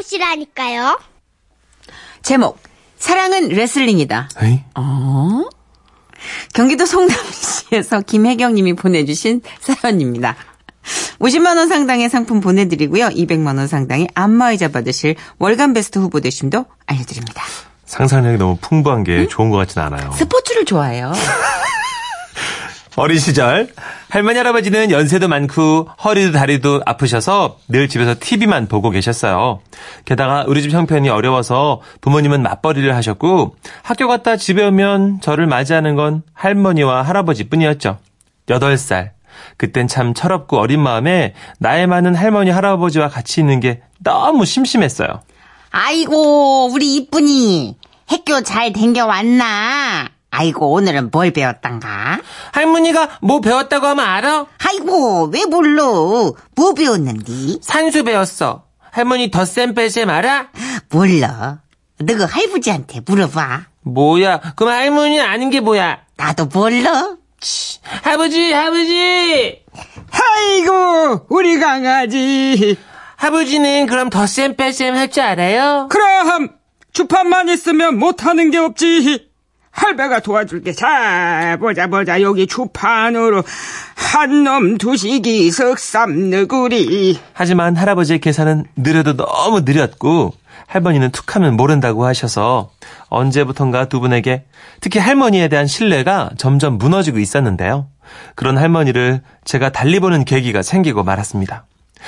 거라니까요. 제목 사랑은 레슬링이다. 에이? 어? 경기도 성남시에서 김혜경 님이 보내주신 사연입니다. 50만원 상당의 상품 보내드리고요. 200만원 상당의 안마의자 받으실 월간 베스트 후보 되심도 알려드립니다. 상상력이 너무 풍부한 게 좋은 것 같진 않아요. 스포츠를 좋아해요. 어린 시절 할머니 할아버지는 연세도 많고 허리도 다리도 아프셔서 늘 집에서 TV만 보고 계셨어요. 게다가 우리 집 형편이 어려워서 부모님은 맞벌이를 하셨고 학교 갔다 집에 오면 저를 맞이하는 건 할머니와 할아버지뿐이었죠. 8살. 그땐 참 철없고 어린 마음에 나이 많은 할머니 할아버지와 같이 있는 게 너무 심심했어요. 아이고, 우리 이쁜이. 학교 잘 댕겨왔나? 아이고, 오늘은 뭘 배웠단가? 할머니가 뭐 배웠다고 하면 알아? 아이고, 왜 몰라? 뭐 배웠는디? 산수 배웠어. 할머니 덧셈 빼셈 알아? 몰라. 너그 할부지한테 물어봐. 뭐야? 그럼 할머니 아는 게 뭐야? 나도 몰라. 할아버지, 할아버지! 아이고 우리 강아지 할아버지는 그럼 덧셈 뺄셈 할 줄 알아요? 그럼 주판만 있으면 못하는 게 없지 할배가 도와줄게 자 보자 보자 여기 주판으로 한놈 두식이 석삼 너구리 하지만 할아버지의 계산은 느려도 너무 느렸고, 할머니는 툭하면 모른다고 하셔서 언제부턴가 두 분에게 특히 할머니에 대한 신뢰가 점점 무너지고 있었는데요. 그런 할머니를 제가 달리 보는 계기가 생기고 말았습니다.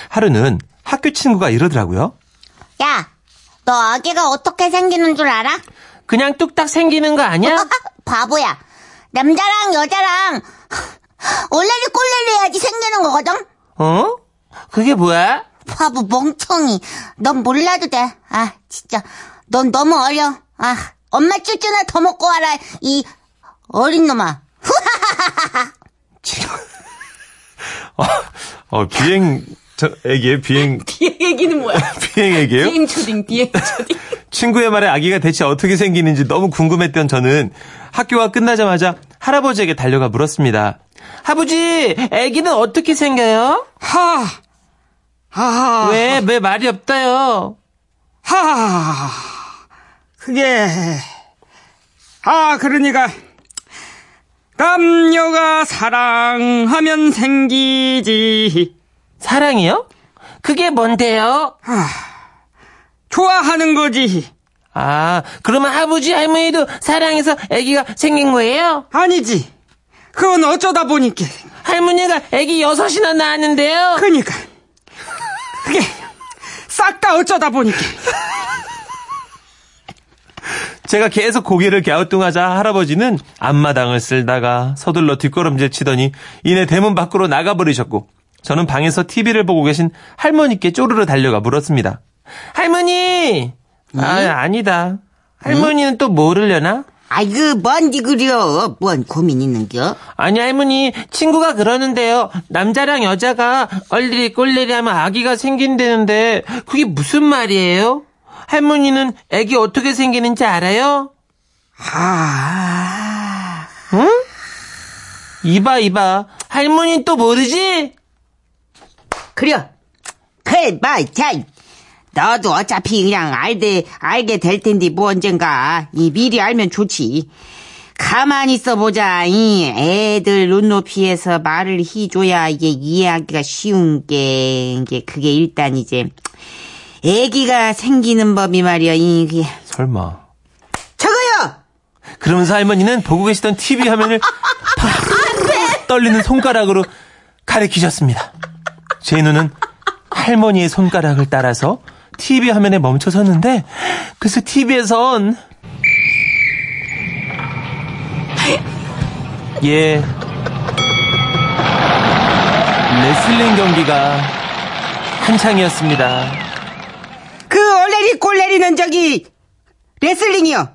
하루는 학교 친구가 이러더라고요. 야, 너 아기가 어떻게 생기는 줄 알아? 그냥 뚝딱 생기는 거 아니야? 바보야. 남자랑 여자랑 얼레리 꼴레리 해야지 생기는 거거든? 어? 그게 뭐야? 바보 멍청이. 넌 몰라도 돼. 아, 진짜. 넌 너무 어려. 아, 엄마 쭈쭈나 더 먹고 와라. 이 어린 놈아. 어, 비행, 저, 애기의 비행, 뒤에 얘기는 뭐야? 비행 애기예요? 비행 초딩, 비행 초딩. 친구의 말에 아기가 대체 어떻게 생기는지 너무 궁금했던 저는 학교가 끝나자마자 할아버지에게 달려가 물었습니다. 할아버지, 아기는 어떻게 생겨요? 하 하하 왜, 왜 말이 없다요? 하 그게 아 그러니까 남녀가 사랑하면 생기지 사랑이요? 그게 뭔데요? 좋아하는 거지 아, 그러면 할아버지, 할머니도 사랑해서 아기가 생긴 거예요? 아니지 그건 어쩌다 보니까 할머니가 아기 여섯이나 낳았는데요? 그니까 그게 싹 다 어쩌다 보니까 제가 계속 고개를 갸우뚱하자 할아버지는 앞마당을 쓸다가 서둘러 뒷걸음질 치더니 이내 대문 밖으로 나가버리셨고 저는 방에서 TV를 보고 계신 할머니께 쪼르르 달려가 물었습니다. 할머니! 아, 아니다. 할머니는 또 모르려나? 아이고, 뭔디 그려. 뭔 고민 있는겨? 아니, 할머니, 친구가 그러는데요. 남자랑 여자가 얼리리 꼴리리 하면 아기가 생긴다는데 그게 무슨 말이에요? 할머니는 아기 어떻게 생기는지 알아요? 아 이봐 이봐 할머니 또 모르지? 그려. 그래, 마이, 자. 너도 어차피 그냥 알게, 알게 될 텐데, 뭐 언젠가. 이 미리 알면 좋지. 가만히 있어보자, 이. 애들 눈높이에서 말을 해줘야 이게 이해하기가 쉬운 게, 이게 그게 일단 이제, 애기가 생기는 법이 말이야, 이게. 설마 저거요! 그러면서 할머니는 보고 계시던 TV 화면을 팍 떨리는 손가락으로 가리키셨습니다 제 눈은 할머니의 손가락을 따라서 TV 화면에 멈춰 섰는데 그 글쎄 TV에선 예 레슬링 경기가 한창이었습니다 그 얼레리 꼴레리는 저기, 레슬링이요.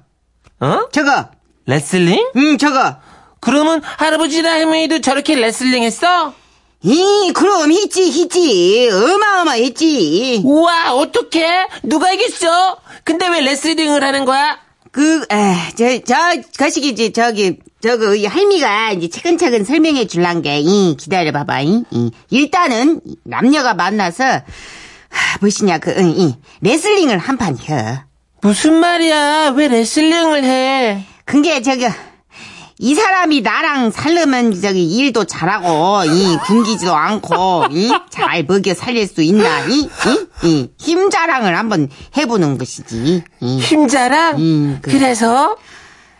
어? 저거. 레슬링? 음, 저거. 그러면 할아버지나 할머니도 저렇게 레슬링 했어? 이, 그럼, 있지, 있지. 어마어마했지. 우와, 어떡해? 누가 이겼어? 근데 왜 레슬링을 하는 거야? 그, 아, 저, 저, 거시기, 지 저기, 저거, 이 할미가 이제 차근차근 설명해 줄란 게, 이, 기다려봐봐, 이, 이. 일단은, 남녀가 만나서, 무엇이냐 그 응, 이 레슬링을 한 판 혀. 무슨 말이야? 왜 레슬링을 해? 그게 저기 이 사람이 나랑 살려면 저기 일도 잘하고 이 굶기지도 않고 이 잘 먹여 살릴 수 있나 이이힘 자랑을 한번 해보는 것이지. 이. 힘자랑? 음, 그- 그래서?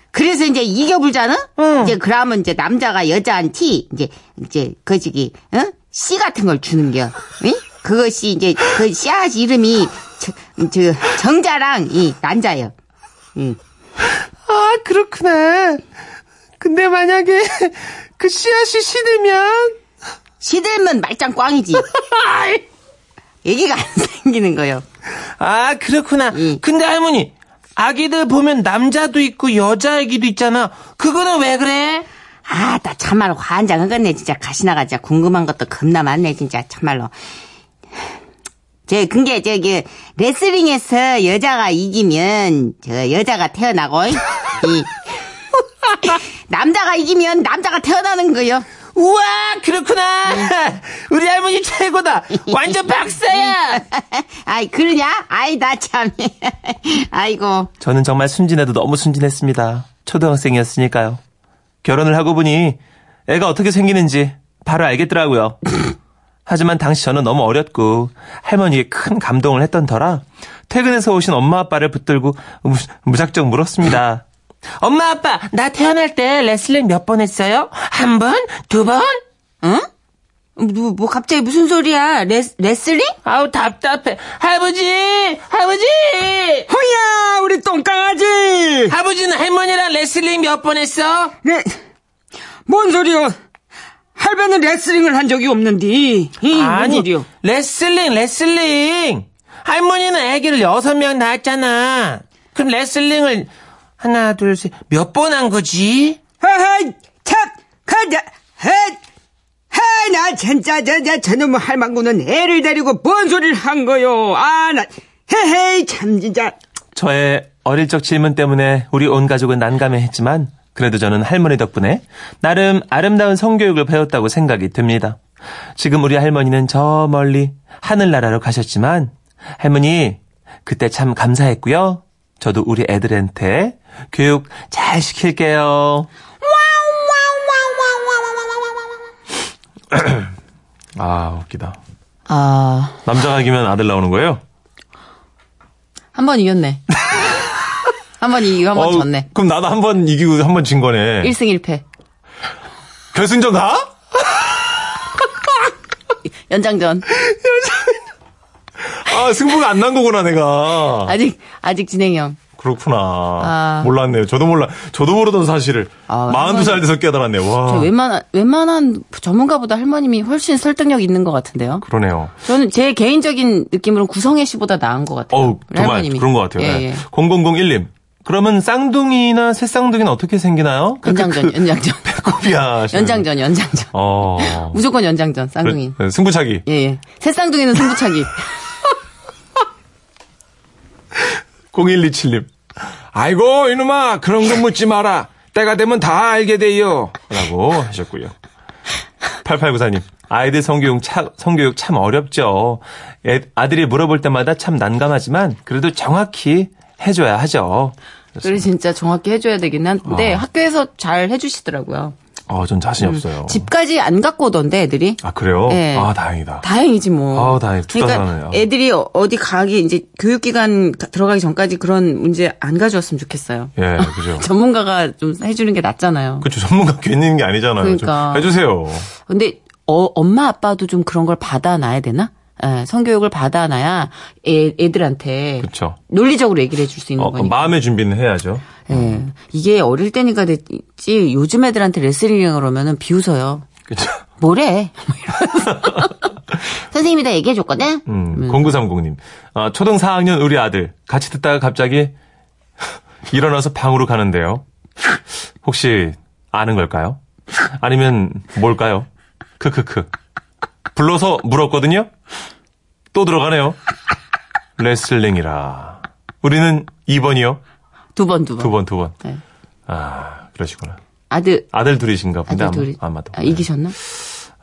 그래서 이제 이겨불잖아? 응. 이제 그러면 이제 남자가 여자한테 이제, 이제, 거지기, 응? 씨 같은 걸 주는 겨. 응? 그것이 이제, 그 씨앗 이름이, 저, 저, 정자랑 이 난자예요. 아, 그렇구나. 근데 만약에 그 씨앗이 시들면? 시들면 말짱 꽝이지. 얘기가 안 생기는 거예요. 아, 그렇구나. 응. 근데 할머니, 아기들 보면 남자도 있고 여자아기도 있잖아. 그거는 왜 그래? 아, 나 참말로 환장하겠네, 진짜. 가시나가 진짜 궁금한 것도 겁나 많네, 진짜. 참말로. 제, 근게, 저기, 그, 레슬링에서 여자가 이기면, 저, 여자가 태어나고, 이, 남자가 이기면 남자가 태어나는 거요. 우와, 그렇구나. 우리 할머니 최고다. 완전 박사야. 아이, 그러냐? 아이, 나 참. 아이고. 저는 정말 순진해도 너무 순진했습니다. 초등학생이었으니까요. 결혼을 하고 보니 애가 어떻게 생기는지 바로 알겠더라고요. 하지만 당시 저는 너무 어렸고 할머니에게 큰 감동을 했던 터라 퇴근해서 오신 엄마 아빠를 붙들고 무, 무작정 물었습니다. 엄마, 아빠, 나 태어날 때 레슬링 몇 번 했어요? 한 번? 두 번? 뭐, 뭐, 갑자기 무슨 소리야? 레, 레슬링? 아우, 답답해. 할아버지! 할아버지! 허야 우리 똥강아지 할아버지는 할머니랑 레슬링 몇 번 했어? 네. 뭔 소리요 할배는 레슬링을 한 적이 없는디 이, 뭐. 뭔 소리요 레슬링, 레슬링. 할머니는 아기를 여섯 명 낳았잖아. 그럼 레슬링을 하나, 둘, 셋, 몇 번 한 거지? 하이 참 가자 헤나 진짜 진짜 저놈 할망구는 애를 데리고 뭔 소리를 한 거요 아나 헤헤이 참 진짜 저의 어릴 적 질문 때문에 우리 온 가족은 난감해했지만 그래도 저는 할머니 덕분에 나름 아름다운 성교육을 배웠다고 생각이 듭니다. 지금 우리 할머니는 저 멀리 하늘나라로 가셨지만 할머니 그때 참 감사했고요. 저도 우리 애들한테 교육 잘 시킬게요. 아 웃기다. 아, 남자가 이기면 아들 나오는 거예요? 한 번 이겼네. 한 번 이기고 한 번 어우, 졌네. 그럼 나도 한 번 이기고 한 번 진 거네. 1승 1패. 결승전 가? 연장전. 아, 승부가 안 난 거구나, 내가. 아직, 아직 진행형. 그렇구나. 아. 몰랐네요. 저도 몰라. 저도 모르던 사실을. 아, 42살 돼서 깨달았네요. 와. 저 웬만한, 웬만한 전문가보다 할머님이 훨씬 설득력 있는 것 같은데요? 그러네요. 저는 제 개인적인 느낌으로 구성애 씨보다 나은 것 같아요. 어우, 우리 정말 할머님이. 그런 것 같아요. 예, 네. 예. 0001님. 그러면 쌍둥이나 새쌍둥이는 어떻게 생기나요? 그, 연장전, 연장전. 야 연장전, 연장전. 어. 무조건 연장전, 쌍둥이. 네, 승부차기. 예, 예. 새 쌍둥이는 승부차기. 0127님. 아이고 이놈아 그런 건 묻지 마라. 때가 되면 다 알게 돼요. 라고 하셨고요. 8894님. 아이들 성교육 참, 성교육 참 어렵죠. 애, 아들이 물어볼 때마다 참 난감하지만 그래도 정확히 해줘야 하죠. 그래, 진짜 정확히 해줘야 되긴 한데, 아. 학교에서 잘 해주시더라고요. 어, 전 자신이 없어요. 음, 집까지 안 갖고 오던데, 애들이. 아, 그래요? 예. 아, 다행이다. 다행이지 뭐. 아우, 다행. 둘다 그러니까 다행이에요. 애들이 어- 어디 가기 이제 교육기관 가- 들어가기 전까지 그런 문제 안 가져왔으면 좋겠어요. 예, 그죠. 전문가가 좀 해주는 게 낫잖아요. 그쵸, 전문가 괜히 있는 게 아니잖아요. 좀 그러니까. 해주세요. 근데 어, 엄마 아빠도 좀 그런 걸 받아놔야 되나? 예, 성교육을 받아놔야 애, 애들한테 그쵸. 논리적으로 얘기를 해줄 수 있는 어, 거니까. 마음의 준비는 해야죠. 예. 이게 어릴 때니까 됐지 요즘 애들한테 레슬링을 그러면은 비웃어요. 그쵸. 뭐래? 막 선생님이 다 얘기해줬거든? 네. 음, 0930님. 아, 초등 4학년 우리 아들. 같이 듣다가 갑자기 일어나서 방으로 가는데요. 혹시 아는 걸까요? 아니면 뭘까요? 크크크. 불러서 물었거든요? 또 들어가네요. 레슬링이라. 우리는 2번이요. 두 번, 두 번. 두 번, 두 번. 네. 아, 그러시구나. 아들, 그 아들 둘이신가 본데 아들 둘이. 네. 아마, 아마도. 아, 이기셨나?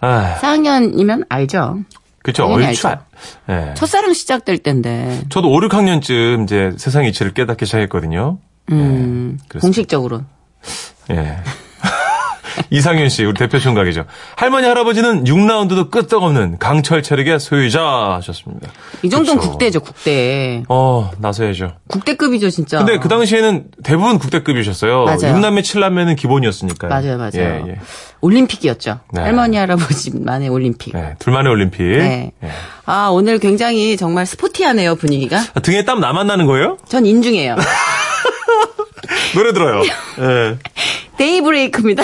아, 4학년이면 알죠. 그렇죠. 당연히 얼추. 알죠. 알- 예. 첫사랑 시작될 때인데. 저도 5, 6학년쯤 이제 세상 이치를 깨닫기 시작했거든요. 음, 그렇습니다. 공식적으로. 예. 이상윤 씨, 우리 대표 총각이죠. 할머니, 할아버지는 6라운드도 끄떡없는 강철 체력의 소유자셨습니다. 이 정도는 그쵸. 국대죠, 국대. 어, 나서야죠. 국대급이죠, 진짜. 근데 그 당시에는 대부분 국대급이셨어요. 아. 맞아요. 6남매, 7남매는 기본이었으니까요. 맞아요, 맞아요. 예, 예. 올림픽이었죠. 네. 할머니, 할아버지만의 올림픽. 예, 둘만의 올림픽. 네. 예. 아, 오늘 굉장히 정말 스포티하네요, 분위기가. 아, 등에 땀 나만 나는 거예요? 전 인중이에요. 노래 들어요. 예. 데이브레이크입니다.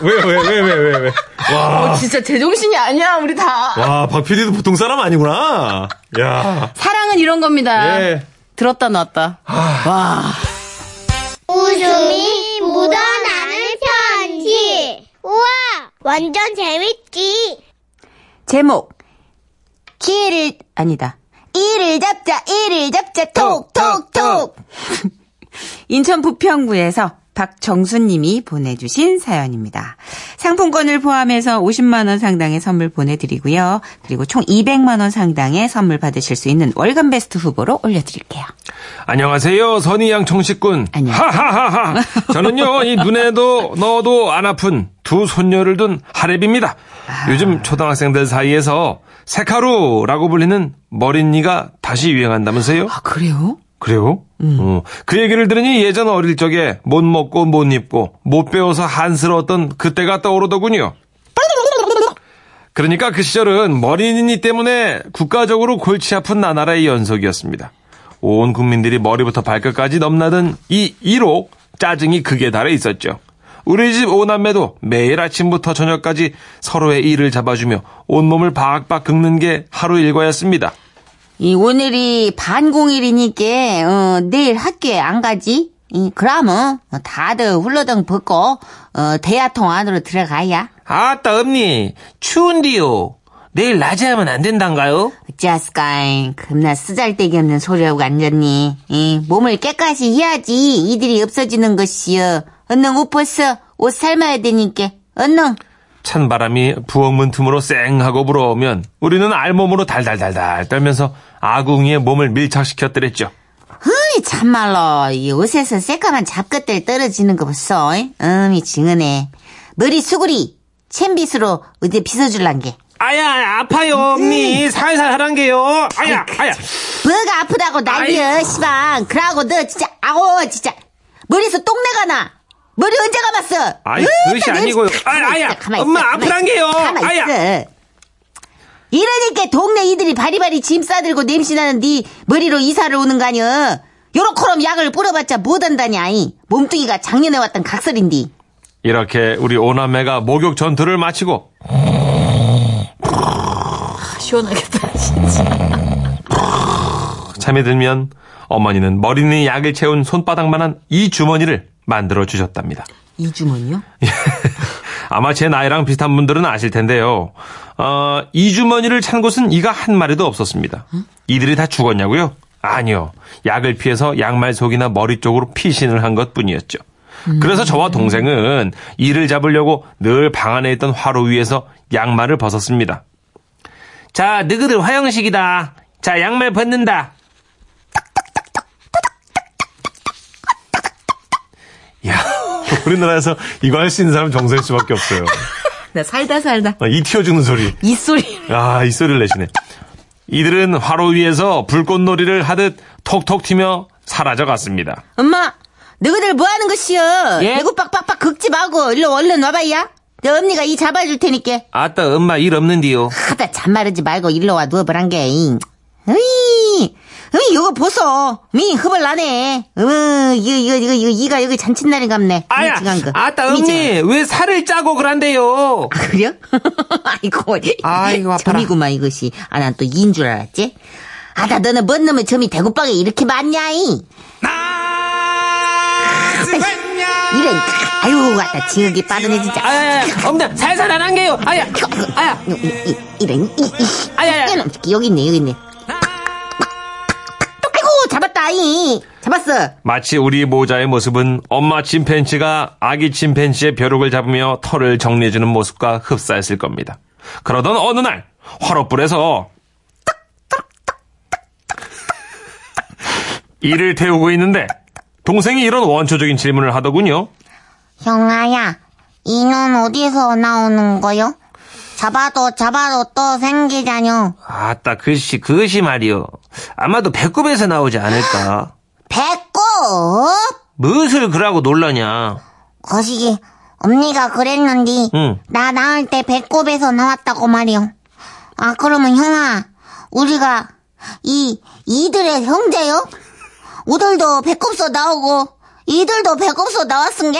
왜, 왜, 왜, 왜, 왜, 왜. 와, 어, 진짜 제정신이 아니야, 우리 다. 와, 박 PD도 보통 사람 아니구나. 야 사랑은 이런 겁니다. 예. 아. 들었다 놨다. 와. 웃음이 묻어나는 편지. 우와, 완전 재밌지. 제목. 기회를, 아니다. 이를 잡자, 이를 잡자, 톡, 톡, 톡. 인천 부평구에서 박정수님이 보내주신 사연입니다. 상품권을 포함해서 50만원 상당의 선물 보내드리고요. 그리고 총 200만원 상당의 선물 받으실 수 있는 월간 베스트 후보로 올려드릴게요. 안녕하세요, 선희 양청식군. 안녕하세요. 하하하하. 저는요, 이 눈에도 넣어도 안 아픈 두 손녀를 둔 하랩입니다. 아. 요즘 초등학생들 사이에서 세카루라고 불리는 머린니가 다시 유행한다면서요? 아, 그래요? 그래요? 어, 그 얘기를 들으니 예전 어릴 적에 못 먹고 못 입고 못 배워서 한스러웠던 그때가 떠오르더군요. 그러니까 그 시절은 머리니 때문에 국가적으로 골치 아픈 나나라의 연속이었습니다. 온 국민들이 머리부터 발끝까지 넘나든 이 1호 짜증이 극에 달해 있었죠. 우리 집 오남매도 매일 아침부터 저녁까지 서로의 이를 잡아주며 온몸을 박박 긁는 게 하루 일과였습니다. 이 오늘이 반공일이니까 어, 내일 학교에 안 가지? 이, 그러면 다들 훌러덩 벗고 어, 대야통 안으로 들어가야. 아따, 엄니. 추운디요. 내일 낮에 하면 안 된단가요? 어찌하스까잉 겁나 쓰잘데기 없는 소리하고 앉았니 이, 몸을 깨끗이 해야지 이들이 없어지는 것이여 얼른 옷 벗어 옷 삶아야 되니까 얼른 찬바람이 부엌문 틈으로 쌩하고 불어오면 우리는 알몸으로 달달달달 떨면서 아궁이에 몸을 밀착시켰더랬죠. 어이 참말로 이 옷에서 새까만 잡것들 떨어지는 거 벌써 어이? 음이 증언해 머리 수구리 챔빗으로 어디 빗어줄란게 아야, 아파요, 엄니. 살살 하란 게요. 아야, 아야. 뭐가 아프다고 난리여 시방 그러고 너 진짜 아오 진짜 머리에서 똥내가 나 머리 언제 감았어 아이, 그것이 아니고요. 아, 아야, 엄마 아프란 게요. 아야. 이러니까 동네 이들이 바리바리 짐 싸들고 냄새나는 네 머리로 이사를 오는 거 아니여 요렇게럼 약을 뿌려봤자 못한다냐 이 몸뚱이가 작년에 왔던 각설인디 이렇게 우리 오남매가 목욕 전투를 마치고 아, 시원하겠다. 잠이 들면 어머니는 머리니 약을 채운 손바닥만한 이 주머니를 만들어 주셨답니다. 이 주머니요? 아마 제 나이랑 비슷한 분들은 아실 텐데요. 어, 이 주머니를 찬 곳은 이가 한 마리도 없었습니다. 이들이 다 죽었냐고요? 아니요. 약을 피해서 양말 속이나 머리 쪽으로 피신을 한 것 뿐이었죠. 그래서 저와 동생은 이를 잡으려고 늘 방 안에 있던 화로 위에서 양말을 벗었습니다. 자, 너희들 화영식이다. 자, 양말 벗는다. 우리나라에서 이거 할 수 있는 사람 정선 씨밖에 없어요. 나 살다 살다. 아, 이 튀어주는 소리. 이 소리. 아, 이 소리를 내시네. 이들은 화로 위에서 불꽃놀이를 하듯 톡톡 튀며 사라져 갔습니다. 엄마 너희들 뭐하는 것이여 예? 애국 빡빡빡 긁지 말고 일로 얼른 와봐야 내 언니가 이 잡아줄 테니까 아따, 엄마 일 없는디요. 하다 잔말하지 말고 일로 와 누워보란 게. 이. 으이, 으이, 이거 보소. 미, 흡을 나네. 으, 이거, 이거, 이거, 이거, 이가 여기 잔칫날인 갑네. 아야, 미지간 거. 아따, 미지간. 예, 엄니. 왜 살을 짜고 그란데요? 아, 그래요? 아이고, 아이고, 아파라. 점이구만, 이것이. 아, 난 또 이인 줄 알았지? 아다, 너는 뭔 놈의 점이 대구빵에 이렇게 많냐, 이? 이런, 아유, 아따, 지극이 빠르네, 진짜. 아야, 예, 엄니, 살살 안 한 게요. 아야, 아야. 이, 이, 이런 이, 이, 아이, 아이, 아이. 이런 새끼, 여기 있네 여기 있네 아이고 잡았다 이 잡았어 마치 우리 모자의 모습은 엄마 침팬치가 아기 침팬치의 벼룩을 잡으며 털을 정리해주는 모습과 흡사했을 겁니다. 그러던 어느 날 화롯불에서 이를 태우고 있는데 동생이 이런 원초적인 질문을 하더군요. 형아야, 이는 어디서 나오는 거요? 잡아도 잡아도 또 생기자뇨. 아따, 글씨, 그것이 말이요. 아마도 배꼽에서 나오지 않을까. 배꼽? 무엇을 그러고 놀라냐. 거시기, 언니가 그랬는디. 응. 나 낳을 때 배꼽에서 나왔다고 말이요. 아, 그러면 형아, 우리가 이 이들의 형제요? 우들도 배꼽서 나오고 이들도 배꼽서 나왔은 게?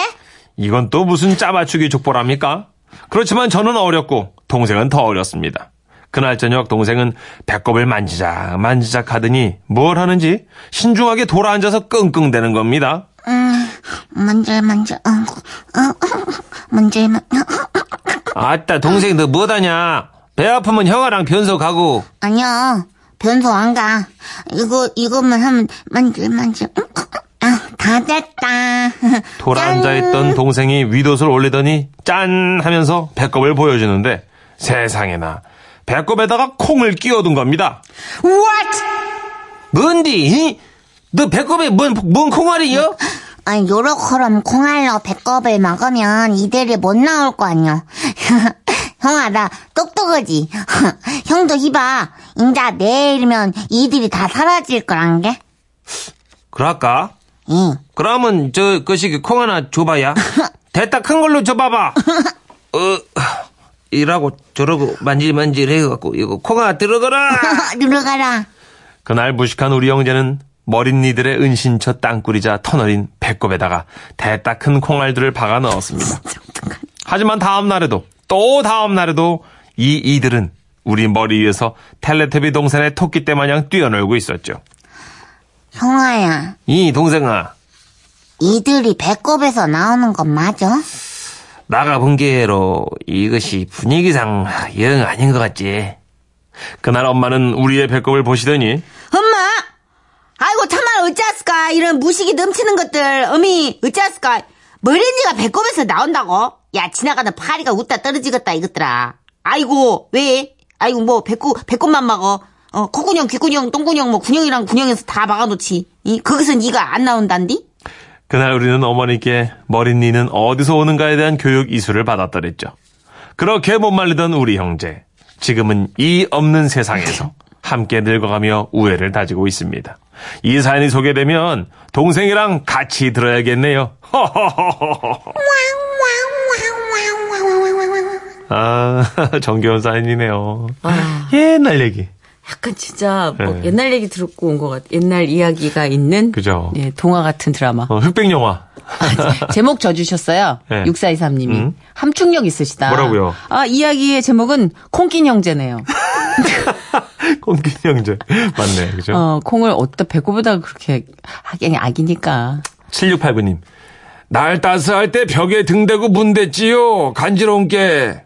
이건 또 무슨 짜맞추기 족보랍니까? 그렇지만 저는 어렸고 동생은 더 어렸습니다. 그날 저녁 동생은 배꼽을 만지작 만지작 하더니 뭘 하는지 신중하게 돌아앉아서 끙끙대는 겁니다. 음, 만질만질, 응, 응, 만질만, 어, 아따, 동생, 너 뭐다냐? 배 아프면 형아랑 변소 가고. 아니야. 변소 안 가. 이거, 이것만 하면 만질만질, 응, 아, 다 됐다. 돌아앉아있던 동생이 윗옷을 올리더니 짠 하면서 배꼽을 보여주는데 세상에나 배꼽에다가 콩을 끼워둔 겁니다. 뭔디? 너 배꼽에 뭔, 뭔 콩알이여? 아, 요렇게럼 콩알로 배꼽을 먹으면 이들이 못 나올 거 아니야. 형아, 나 똑똑하지? 형도 희봐. 인자 내일이면 이들이 다 사라질 거란 게. 그럴까? 응. 그러면 저 것이 콩 하나 줘봐야. 됐다 큰 걸로 줘봐봐. 어 이라고 저러고 만질만질 해갖고 이거 콩아 들어가라. 들어가라. 그날 무식한 우리 형제는 머린니들의 은신처 땅굴이자 터널인 배꼽에다가 대따 큰 콩알들을 박아 넣었습니다. 하지만 다음 날에도 또 다음 날에도 이 이들은 우리 머리 위에서 텔레테비 동산의 토끼 떼 마냥 뛰어놀고 있었죠. 형아야, 이 동생아 이들이 배꼽에서 나오는 건 맞아? 나가 본 게로 이것이 분위기상 영 아닌 것 같지. 그날 엄마는 우리의 배꼽을 보시더니 엄마! 아이고, 참말 어쩌스까? 이런 무식이 넘치는 것들, 어미, 어쩌스까? 머리니가 배꼽에서 나온다고? 야, 지나가는 파리가 웃다 떨어지겠다, 이것들아. 아이고, 왜? 아이고, 뭐, 배꼽, 배꼽만 막어. 어, 코구녕, 귀구녕, 똥구녕, 뭐, 구녕이랑 구녕에서 다 막아놓지. 이, 거기서 네가 안 나온단디? 그날 우리는 어머니께 머린니는 어디서 오는가에 대한 교육 이수를 받았더랬죠. 그렇게 못 말리던 우리 형제. 지금은 이 없는 세상에서 함께 늙어가며 우애를 다지고 있습니다. 이 사연이 소개되면 동생이랑 같이 들어야겠네요. 허허허허. 아, 정겨운 사연이네요. 아. 옛날 얘기. 약간 진짜 뭐 네. 옛날 얘기 들었고 온 것 같아. 옛날 이야기가 있는 그죠. 예, 동화 같은 드라마. 어, 흑백 영화. 제목 져주셨어요. 네. 6423님이. 음. 함축력 있으시다. 뭐라고요? 아, 이야기의 제목은 콩낀 형제네요. 꽁긴 형제. 맞네. 그죠? 어, 콩을 어디다 배꼽에다가 그렇게 하긴 악이니까. 7689님. 날 따스할 때 벽에 등대고 문댔지요. 간지러운 게.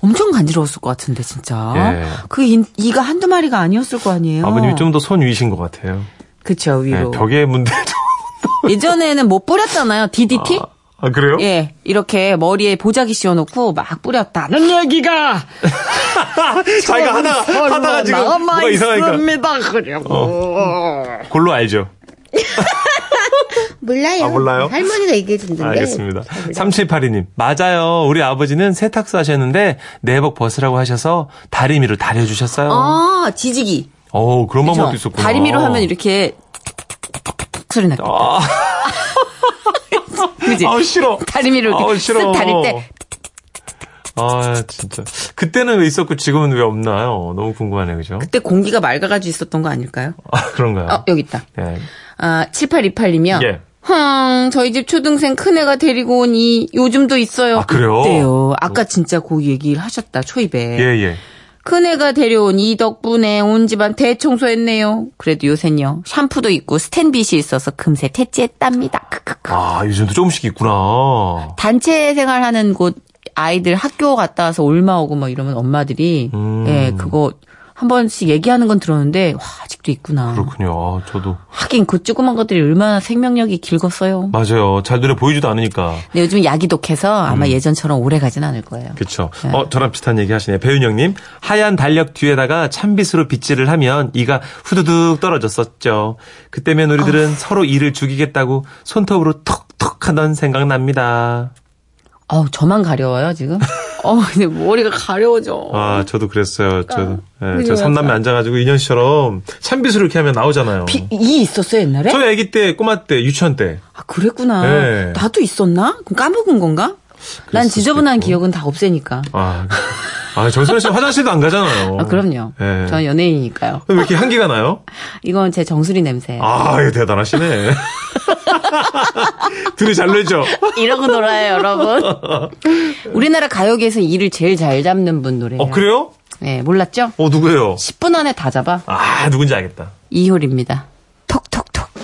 엄청 간지러웠을 것 같은데 진짜. 예. 그 인- 이가 한두 마리가 아니었을 거 아니에요. 아버님이 좀 더 손 위신 것 같아요. 그쵸 네, 위로. 벽에 문대죠. 예전에는 못 뿌렸잖아요. DDT? 아, 그래요? 예, 이렇게 머리에 보자기 씌워놓고 막 뿌렸다는 얘기가 아, 자기가 하다가, 하다가 지금 뭐가 이상하니까. 습니다 그리고. 어. 골로 알죠. 몰라요. 아, 몰라요? 할머니가 네. 얘기해준다는데. 알겠습니다. 3782님. 맞아요. 우리 아버지는 세탁소 하셨는데 내복 벗으라고 하셔서 다리미로 다려주셨어요. 아, 지지기. 어 그런 방법도 그죠? 있었구나. 다리미로 하면 이렇게 탁탁탁탁탁 소리 났겠다. 아, 그지? 아우, 싫어. 다리미로 아우, 이렇게 싫어. 쓱 다릴 때 아, 진짜. 그때는 왜 있었고 지금은 왜 없나요? 너무 궁금하네요. 그죠? 그때 공기가 맑아가지고 있었던 거 아닐까요? 아, 그런가요? 어, 여기 있다. 네. 아, 7828님이요. 예. 흥, 저희 집 초등생 큰애가 데리고 온 이 요즘도 있어요. 아, 그래요? 어때요? 아까 진짜 그 얘기를 하셨다, 초입에. 예, 예. 큰애가 데려온 이 덕분에 온 집안 대청소했네요. 그래도 요샌요. 샴푸도 있고 스탠빗이 있어서 금세 퇴치했답니다. 크크크. 아, 요즘도 조금씩 있구나. 단체 생활하는 곳 아이들 학교 갔다 와서 올마 오고 막 이러면 엄마들이 음. 예, 그거 한 번씩 얘기하는 건 들었는데 와 아직도 있구나. 그렇군요. 아, 저도. 하긴 그 조그만 것들이 얼마나 생명력이 길겠어요. 맞아요. 잘 눈에 보이지도 않으니까. 근데 요즘 약이 독해서 음. 아마 예전처럼 오래 가진 않을 거예요. 그쵸. 네. 어, 저랑 비슷한 얘기 하시네요. 배윤영님. 하얀 달력 뒤에다가 찬빛으로 빗질을 하면 이가 후두둑 떨어졌었죠. 그때면 우리들은 아. 서로 이를 죽이겠다고 손톱으로 톡톡 하던 생각납니다. 어우 저만 가려워요 지금. 어 근데 머리가 가려워져. 아, 저도 그랬어요. 저도. 예, 저 그러니까 그래요. 삼남매 앉아가지고 인연씨처럼 찬빛으로 이렇게 하면 나오잖아요. 비- 이 있었어요 옛날에? 저희 아기 때, 꼬마 때, 유치원 때. 아 그랬구나. 네. 나도 있었나? 그럼 까먹은 건가? 난 수도 지저분한 있고. 기억은 다 없애니까. 아, 아 정선혜 씨 화장실도 안 가잖아요. 아 그럼요. 예. 저는 연예인이니까요. 왜 이렇게 향기가 나요? 이건 제 정수리 냄새예요. 아, 이거 대단하시네. 둘이 잘 놀죠? 이러고 놀아요, 여러분. 우리나라 가요계에서 이를 제일 잘 잡는 분 노래예요. 어, 그래요? 네, 몰랐죠? 어, 누구예요? 10분 안에 다 잡아. 아, 누군지 알겠다. 이효리입니다.